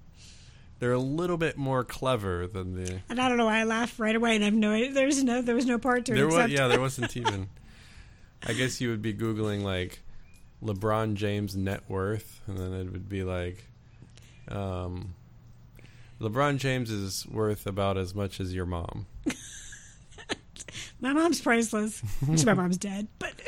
S3: They're a little bit more clever than the.
S2: And I don't know why I laughed right away, and I've no there's no there was no part to it.
S3: There was
S2: except-
S3: yeah, there wasn't even. I guess you would be googling like LeBron James net worth, and then it would be like, um, LeBron James is worth about as much as your mom.
S2: my mom's priceless. Actually, my mom's dead, but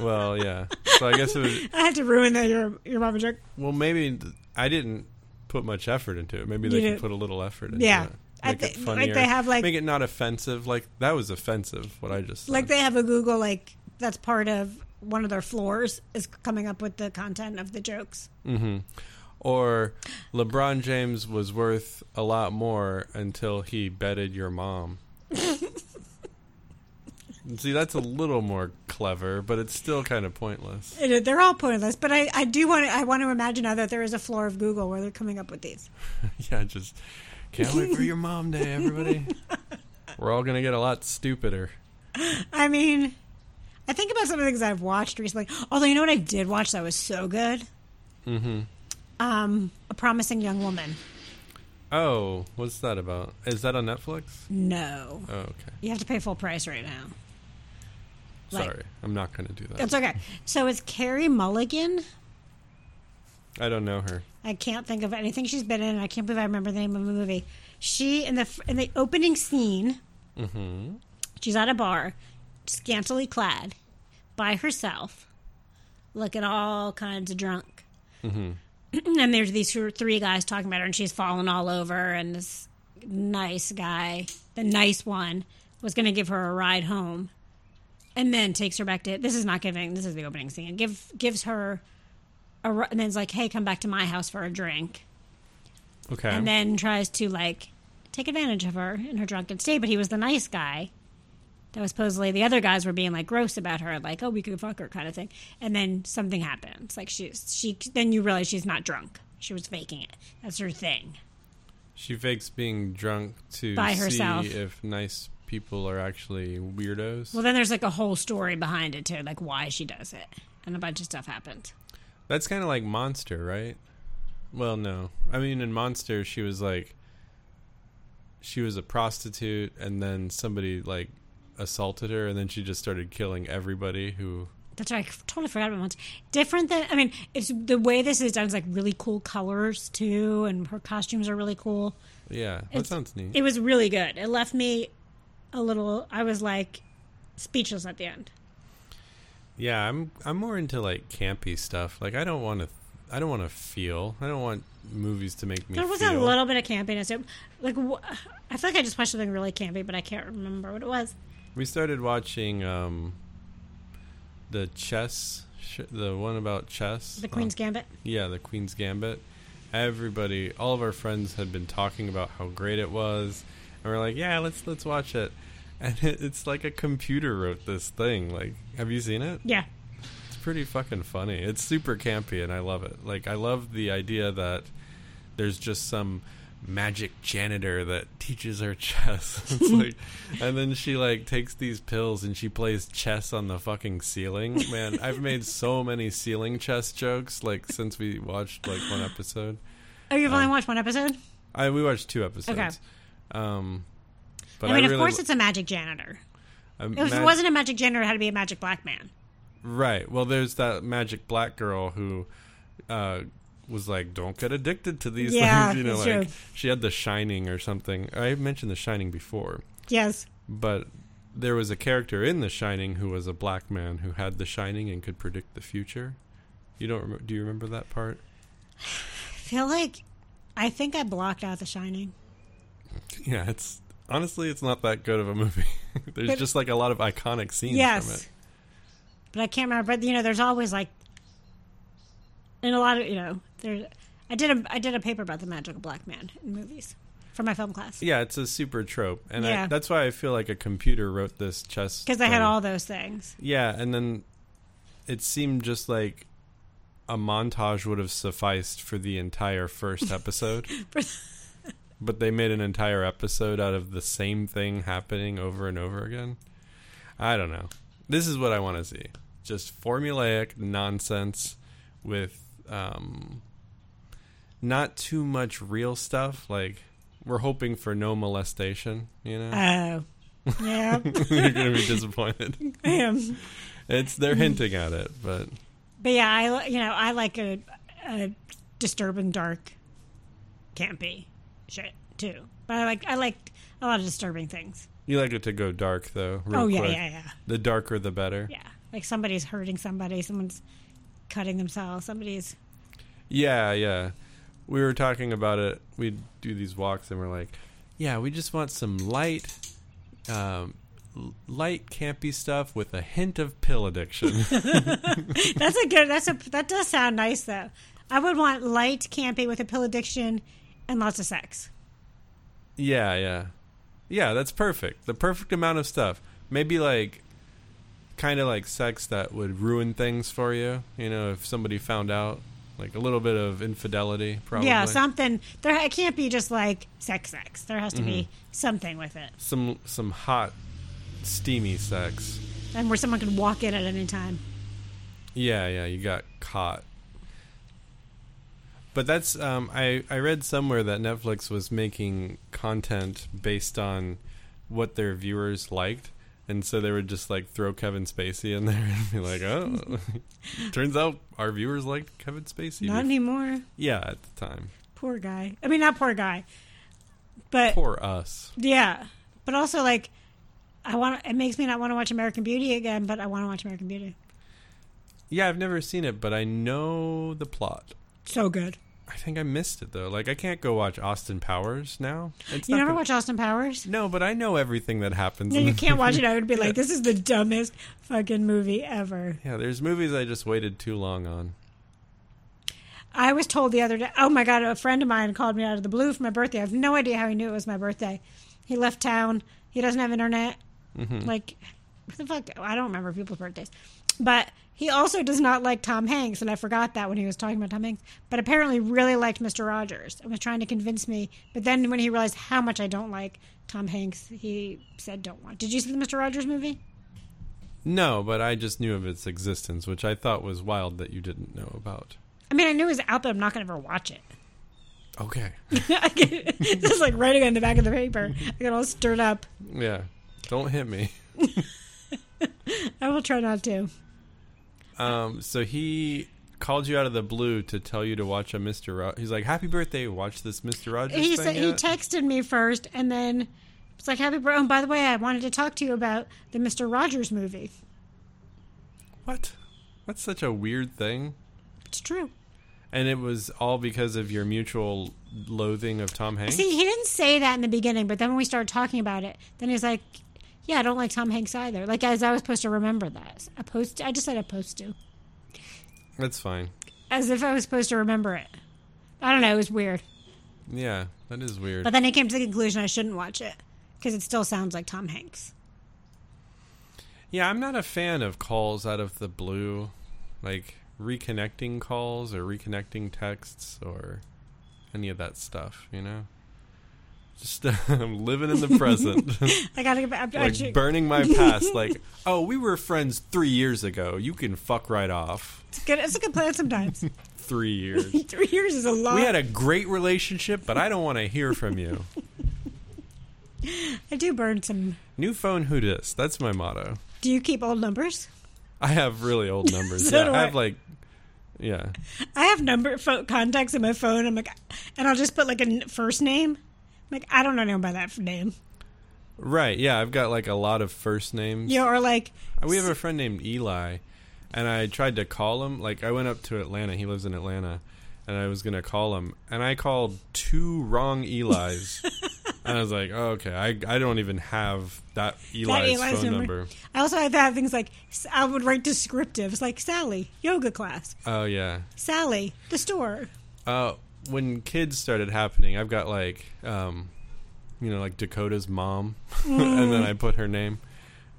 S3: Well, yeah. So I guess it was.
S2: I had to ruin that your your mama joke.
S3: Well, maybe th- I didn't put much effort into it. Maybe
S2: You
S3: they can
S2: didn't-
S3: put a little effort into
S2: Yeah.
S3: it.
S2: I
S3: Make it
S2: thi- like
S3: funnier.
S2: they have, like-
S3: make it not offensive. Like that was offensive. What I just said.
S2: Like they have a Google like that's part of one of their floors is coming up with the content of the jokes.
S3: hmm Or LeBron James was worth a lot more until he betted your mom. See, that's a little more clever, but it's still kind of pointless.
S2: It, they're all pointless, but I, I do want to, I want to imagine now that there is a floor of Google where they're coming up with these.
S3: yeah, just can't wait for your mom day, everybody. We're all gonna get a lot stupider.
S2: I mean, I think about some of the things I've watched recently. Although you know what I did watch that was so good.
S3: Mm-hmm.
S2: Um, a promising young woman.
S3: Oh, what's that about? Is that on Netflix?
S2: No,
S3: Oh, okay.
S2: you have to pay full price right now. Like-
S3: Sorry, I'm not gonna do that.
S2: That's okay. So it's Carrie Mulligan.
S3: I don't know her.
S2: I can't think of anything she's been in. and I can't believe I remember the name of the movie. She in the f- in the opening scene,
S3: Mm-hmm.
S2: she's at a bar, scantily clad, by herself, looking all kinds of drunk.
S3: Mhm.
S2: and there's these two- three guys talking about her, and she's fallen all over. And this nice guy, the nice one, was going to give her a ride home, and then takes her back to. This is not giving. This is the opening scene. Give gives her. A, ri- and then it's like, hey, come back to my house for a drink
S3: Okay.
S2: and then tries to like take advantage of her in her drunken state. But he was the nice guy. That was supposedly the other guys were being like gross about her, like oh we could fuck her kind of thing. And then something happens, like she she then you realize she's not drunk. She was faking it. That's her thing.
S3: She fakes being drunk to
S2: By herself.
S3: see if nice people are actually weirdos.
S2: Well, then there's like a whole story behind it too, like why she does it, and a bunch of stuff happened.
S3: That's kind of like Monster, right? Well, no. I mean, in Monster, she was like, she was a prostitute, and then somebody like assaulted her, and then she just started killing everybody who.
S2: That's right. I totally forgot about once. Different than I mean, it's the way this is done is like really cool colors too, and her costumes are really cool.
S3: Yeah, that
S2: It's-
S3: sounds neat.
S2: It was really good. It left me a little. I was like speechless at the end.
S3: yeah, I'm I'm more into like campy stuff. Like, I don't want to. I don't want to feel. I don't want movies to make me.
S2: There was
S3: feel.
S2: a little bit of campiness. It, like wh- I feel like I just watched something really campy, but I can't remember what it was.
S3: We started watching um, the chess, sh- the one about chess.
S2: The Queen's
S3: Um,
S2: Gambit.
S3: yeah, the Queen's Gambit. Everybody, all of our friends had been talking about how great it was, and we're like, yeah, let's let's watch it. And it, it's like a computer wrote this thing. Like, have you seen it?
S2: Yeah,
S3: It's pretty fucking funny. It's super campy, and I love it. Like, I love the idea that there's just some magic janitor that teaches her chess. it's like, and then she like takes these pills and she plays chess on the fucking ceiling. Man, I've made so many ceiling chess jokes like since we watched like one episode.
S2: oh, you've only
S3: Um,
S2: watched one episode.
S3: I we watched two episodes. Um, but
S2: I mean,
S3: really
S2: of course, it's a magic janitor.
S3: I'm
S2: If
S3: mad-
S2: it wasn't a magic janitor, it had to be a magic black man.
S3: Right. Well, there's that magic black girl who uh, was like, "Don't get addicted to these
S2: Yeah,
S3: things." You know,
S2: that's
S3: like
S2: true.
S3: she had The Shining or something. I mentioned The Shining before,
S2: Yes,
S3: but there was a character in The Shining who was a black man who had The Shining and could predict the future. You don't? Rem- do you remember that part?
S2: I feel like I think I blocked out The Shining.
S3: Yeah. It's honestly, it's not that good of a movie. there's
S2: But-
S3: just like a lot of iconic scenes from
S2: Yes,
S3: it.
S2: but I can't remember. But you know, there's always like, and a lot of you know, there. I did a I did a paper about the magical black man in movies for my film class
S3: Yeah, it's a super trope, and I,
S2: Yeah.
S3: that's why I feel like a computer wrote this chess
S2: because I had
S3: thing.
S2: all those things.
S3: Yeah, and then it seemed just like a montage would have sufficed for the entire first episode. but they made an entire episode out of the same thing happening over and over again. I don't know. This is what I want to see. Just formulaic nonsense with um not too much real stuff. Like we're hoping for no molestation. You know,
S2: Oh. Yeah.
S3: you're gonna be disappointed.
S2: I am.
S3: It's they're hinting at it, but
S2: But yeah, I li- you know I like a, a disturbing dark, campy shit too. But I like I like a lot of disturbing things.
S3: you like it to go dark though. Real
S2: oh yeah,
S3: quick.
S2: yeah, yeah,
S3: The darker the better.
S2: yeah. Like somebody's hurting somebody, someone's cutting themselves, somebody's
S3: Yeah, yeah. We were talking about it. We'd do these walks, and we're like, yeah, we just want some light, um, l- light campy stuff with a hint of pill addiction.
S2: That's a good. That's a that does sound nice though. I would want light camping with a pill addiction and lots of sex.
S3: yeah, yeah, yeah. That's perfect. The perfect amount of stuff. Maybe like, kind of like sex that would ruin things for you. You know, if somebody found out, like a little bit of infidelity, probably.
S2: Yeah, something. There it can't be just like sex, sex. There has to be
S3: Mm-hmm.
S2: something with it,
S3: some some hot, steamy sex.
S2: and where someone can walk in at any time.
S3: Yeah, yeah, you got caught. But that's um, I I read somewhere that Netflix was making content based on what their viewers liked, and so they would just like throw Kevin Spacey in there and be like, oh, turns out our viewers liked Kevin Spacey.
S2: Not anymore.
S3: yeah, at the time,
S2: Poor guy. I mean, not poor guy, but
S3: poor us.
S2: yeah. But also like, I want. It makes me not want to watch American Beauty again, but I want to watch American Beauty.
S3: Yeah, I've never seen it, but I know the plot.
S2: So good.
S3: I think I missed it though. Like I can't go watch Austin Powers now. It's
S2: You
S3: not
S2: never
S3: gonna-
S2: watch Austin Powers?
S3: No, but I know everything that happens.
S2: No,
S3: in
S2: you
S3: the
S2: can't watch it. I would be like, this is the dumbest fucking movie ever.
S3: Yeah, there's movies I just waited too long on.
S2: I was told the other day, oh my God, a friend of mine called me out of the blue for my birthday. I have no idea how he knew it was my birthday. He left town. He doesn't have internet. Like, what the fuck? I don't remember people's birthdays. But he also does not like Tom Hanks, and I forgot that when he was talking about Tom Hanks. But apparently, really liked Mr. Rogers and was trying to convince me. But then when he realized how much I don't like Tom Hanks, he said, don't want. Did you see the Mr. Rogers movie?
S3: No, but I just knew of its existence, which I thought was wild that you didn't know about.
S2: I mean, I knew it was out, but I'm not going to ever watch it.
S3: Okay.
S2: I get, just like writing on the back of the paper. I get all stirred up.
S3: yeah. Don't hit me.
S2: I will try not to.
S3: Um, so he called you out of the blue to tell you to watch a Mr. Ro- He's like, "Happy birthday! Watch this Mr. Rogers."
S2: He
S3: thing
S2: said he
S3: yet?"
S2: texted me first, and then it's like, "Happy birthday!" Oh, by the way, I wanted to talk to you about the Mister Rogers movie.
S3: what? That's such a weird thing.
S2: It's true.
S3: And it was all because of your mutual loathing of Tom Hanks.
S2: See, he didn't say that in the beginning, but then when we started talking about it, then he's like, "Yeah, I don't like Tom Hanks either." Like as I was supposed to remember that. Opposed. I just said opposed to,
S3: That's fine.
S2: as if I was supposed to remember it. I don't know. It was weird.
S3: Yeah, that is weird.
S2: But then he came to the conclusion I shouldn't watch it because it still sounds like Tom Hanks.
S3: Yeah, I'm not a fan of calls out of the blue, like reconnecting calls or reconnecting texts or any of that stuff, you know? Just I'm living in the present,
S2: I gotta get back. I- I
S3: like
S2: should-
S3: burning my past. Like, oh, we were friends three years ago. You can fuck right off.
S2: It's good. It's a good plan sometimes.
S3: Three years.
S2: Three years is a lot.
S3: We had a great relationship, but I don't want to hear from you.
S2: I do burn some.
S3: New phone, who dis? That's my motto.
S2: Do you keep old numbers?
S3: I have really old numbers.
S2: So
S3: yeah,
S2: do
S3: I
S2: I.
S3: have like, yeah.
S2: I have number fo- contacts in my phone. I'm like, and I'll just put like a n- first name. I'm like I don't know anyone by that f- name.
S3: Right, yeah, I've got like a lot of first names.
S2: You know, or like
S3: We have a friend named Eli, and I tried to call him. Like, I went up to Atlanta. He lives in Atlanta, and I was going to call him. And I called two wrong Eli's. and I was like, oh, okay, I, I don't even have that Eli's,
S2: Eli's
S3: phone
S2: number.
S3: number.
S2: I also have to have things like s- I would write descriptives like Sally yoga class,
S3: Oh, yeah.
S2: Sally the store.
S3: Uh, when kids started happening, I've got like, um, you know, like Dakota's mom, and
S2: Mm.
S3: then I put her name.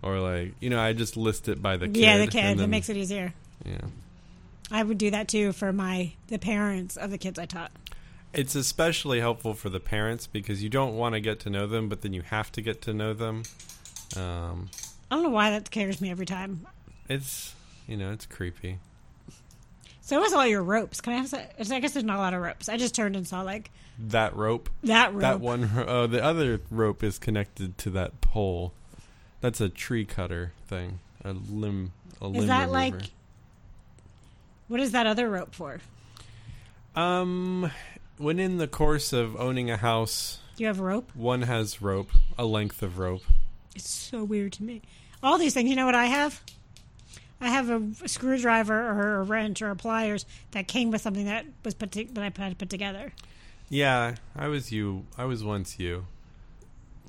S3: Or like, you know, I just list it by the kid.
S2: yeah, the
S3: and
S2: kid. It
S3: then-
S2: makes it easier.
S3: Yeah.
S2: I would do that too for my the parents of the kids I taught.
S3: It's especially helpful for the parents because you don't want to get to know them, but then you have to get to know them. Um,
S2: I don't know why that scares me every time.
S3: it's you know it's creepy.
S2: So it was all your ropes. Can I have? Some, I guess there's not a lot of ropes. I just turned and saw like
S3: That rope.
S2: that rope.
S3: That one. ro- Uh, the other rope is connected to that pole. That's a tree cutter thing. A limb. A limb
S2: Is that
S3: remover.
S2: like? What is that other rope for?
S3: Um, when in the course of owning a house,
S2: Do you have rope?
S3: one has rope, a length of rope.
S2: It's so weird to me. All these things. You know what I have? I have a screwdriver or a wrench or a pliers that came with something that was put to, that I had to put together.
S3: Yeah, I was you. I was once you.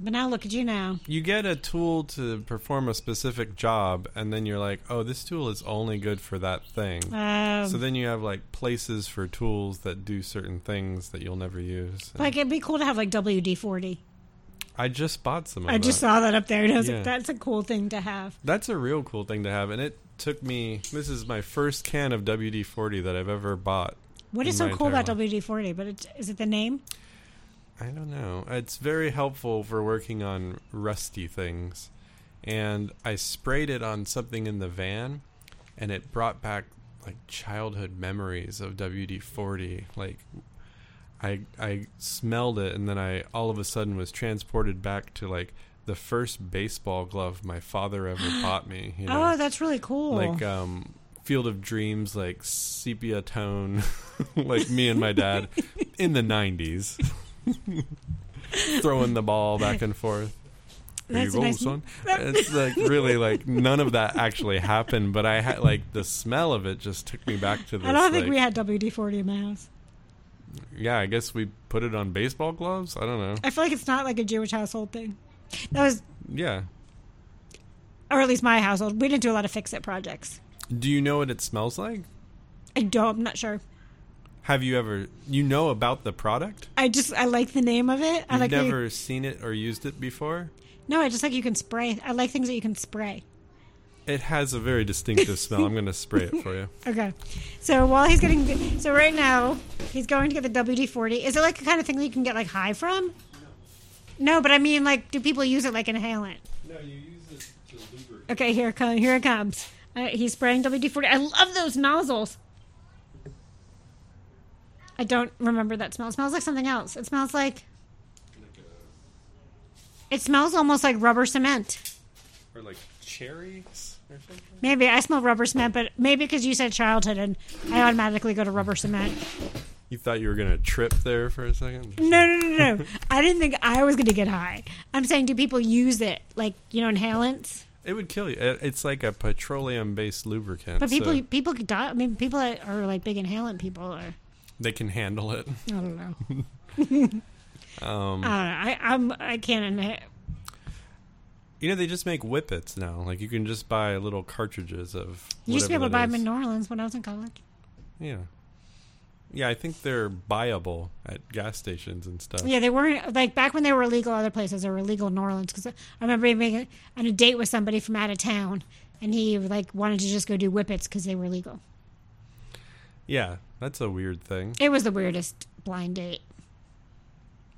S2: But now look at you now.
S3: You get a tool to perform a specific job, and then you're like, oh, this tool is only good for that thing.
S2: Um,
S3: So then you have like places for tools that do certain things that you'll never use. And
S2: like it'd be cool to have like WD forty.
S3: I just bought some. Of
S2: I just
S3: that.
S2: saw that up there, and I was
S3: Yeah.
S2: like, "That's a cool thing to have."
S3: That's a real cool thing to have, and it took me. This is my first can of WD forty that I've ever bought.
S2: What is
S3: In
S2: so
S3: my
S2: cool
S3: entire
S2: about WD forty? But it's, is it the name?
S3: I don't know. It's very helpful for working on rusty things. And I sprayed it on something in the van, and it brought back like childhood memories of WD forty. Like, I I smelled it, and then I all of a sudden was transported back to like the first baseball glove my father ever bought me. You know?
S2: Oh, that's really cool.
S3: like um field of dreams like sepia tone like me and my dad in the 90s throwing the ball back and forth there
S2: That's a
S3: you go
S2: nice-
S3: son it's like really like none of that actually happened but i had like the smell of it just took me back to this
S2: I don't think
S3: like-
S2: we had WD forty in my house.
S3: yeah i guess we put it on baseball gloves i don't know
S2: I feel like it's not like a Jewish household thing. That was,
S3: yeah
S2: or at least my household. We didn't do a lot of fix it projects.
S3: do you know what it smells like
S2: I don't. I'm not sure.
S3: have you ever you know about the product
S2: I just I like the name of it. I
S3: you've
S2: like the-
S3: never seen it or used it before
S2: no. I just like you can spray. I like things that you can spray.
S3: It has a very distinctive smell. I'm going to spray it for you.
S2: Okay. So while he's getting so right now he's going to get the WD forty. Is it like the kind of thing that you can get like high from? No, but I mean like do people use it like inhalant?
S3: No, you use this to lubricate.
S2: Okay, here it come here it comes. Uh, he's spraying WD forty. I love those nozzles. I don't remember that smell. It smells like something else. It smells like
S3: uh,
S2: it smells almost like rubber cement.
S3: Or like cherries or something.
S2: Maybe I smell rubber cement, but maybe because you said childhood, and I automatically go to rubber cement.
S3: You thought you were going to trip there for a second?
S2: No, no, no, no. I didn't think I was going to get high. I'm saying, do people use it like you know inhalants?
S3: It would kill you. It- It's like a petroleum based lubricant.
S2: But people,
S3: so
S2: people could die. I mean, people that are like big inhalant people, or
S3: they can handle it.
S2: I don't know.
S3: Um,
S2: I don't know. I, I'm I can't inhale.
S3: you know, they just make whippets now. Like you can just buy little cartridges of.
S2: You used to be able
S3: whatever
S2: to buy
S3: that
S2: them in
S3: is.
S2: New Orleans when I was in college.
S3: Yeah. Yeah, I think they're buyable at gas stations and stuff.
S2: Yeah, they weren't like back when they were illegal other places. They were illegal in New Orleans because I remember being on a date with somebody from out of town, and he like wanted to just go do whippets because they were legal.
S3: Yeah, that's a weird thing.
S2: It was the weirdest blind date.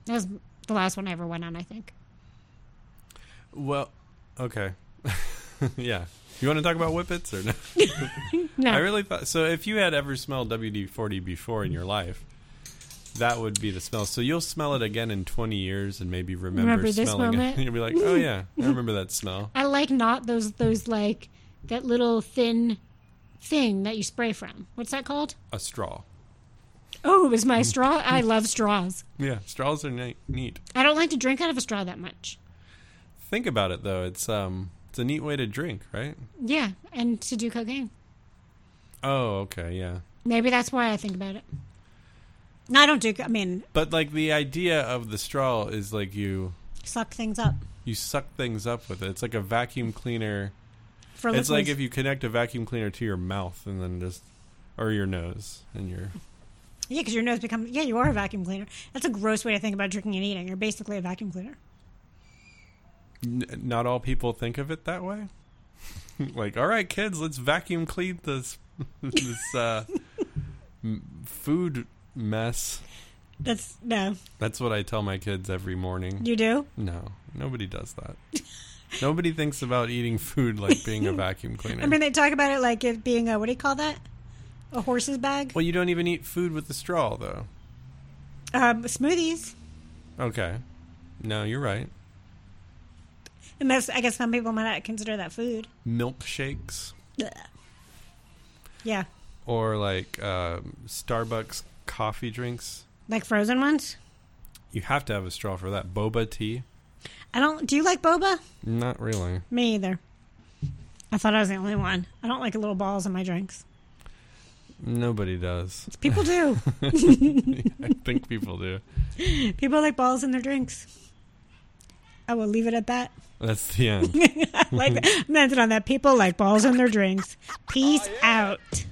S2: That was the last one I ever went on, I think.
S3: Well, okay. yeah. You want to talk about whippets or no?
S2: No.
S3: I really thought so. If you had ever smelled WD forty before in your life, that would be the smell. So you'll smell it again in twenty years and maybe remember,
S2: Remember this
S3: smelling
S2: moment?
S3: it. You'll be like, oh yeah, I remember that smell.
S2: I like not those those like that little thin thing that you spray from. What's that called?
S3: A straw.
S2: Oh, it was
S3: Mm.
S2: my straw. I love straws.
S3: Yeah, straws are ni- neat.
S2: I don't like to drink out of a straw that much.
S3: Think about it though. It's um, it's a neat way to drink, right?
S2: Yeah, and to do cocaine.
S3: Oh, okay, yeah.
S2: Maybe that's why I think about it. No, I don't do. I mean,
S3: But like the idea of the straw is like you
S2: suck things up
S3: you suck things up with it. It's like a vacuum cleaner.
S2: for.
S3: It's like if
S2: liquids.
S3: you connect a vacuum cleaner to your mouth and then just or your nose and your
S2: yeah, because your nose becomes yeah. You are a vacuum cleaner. That's a gross way to think about drinking and eating. You're basically a vacuum cleaner.
S3: N- not all people think of it that way. like, all right, kids, let's vacuum clean this this uh, m- food mess.
S2: That's no.
S3: That's what I tell my kids every morning.
S2: You do.
S3: No, nobody does that. nobody thinks about eating food like being a vacuum cleaner.
S2: I mean, they talk about it like it being a what do you call that? a horse's bag.
S3: Well, you don't even eat food with the straw, though.
S2: Um, smoothies.
S3: Okay. No, you're right.
S2: And that's, I guess some people might not consider that food.
S3: Milkshakes
S2: Ugh. Yeah,
S3: or like um, Starbucks coffee drinks.
S2: like frozen ones.
S3: You have to have a straw for that. Boba tea?
S2: I don't. Do you like boba?
S3: Not really.
S2: Me either. I thought I was the only one. I don't like little balls in my drinks.
S3: Nobody does.
S2: People do.
S3: I think people do.
S2: people like balls in their drinks. I will leave it at that.
S3: That's the end.
S2: like, I'm gonna end it on that. People like balls in their drinks. Peace out.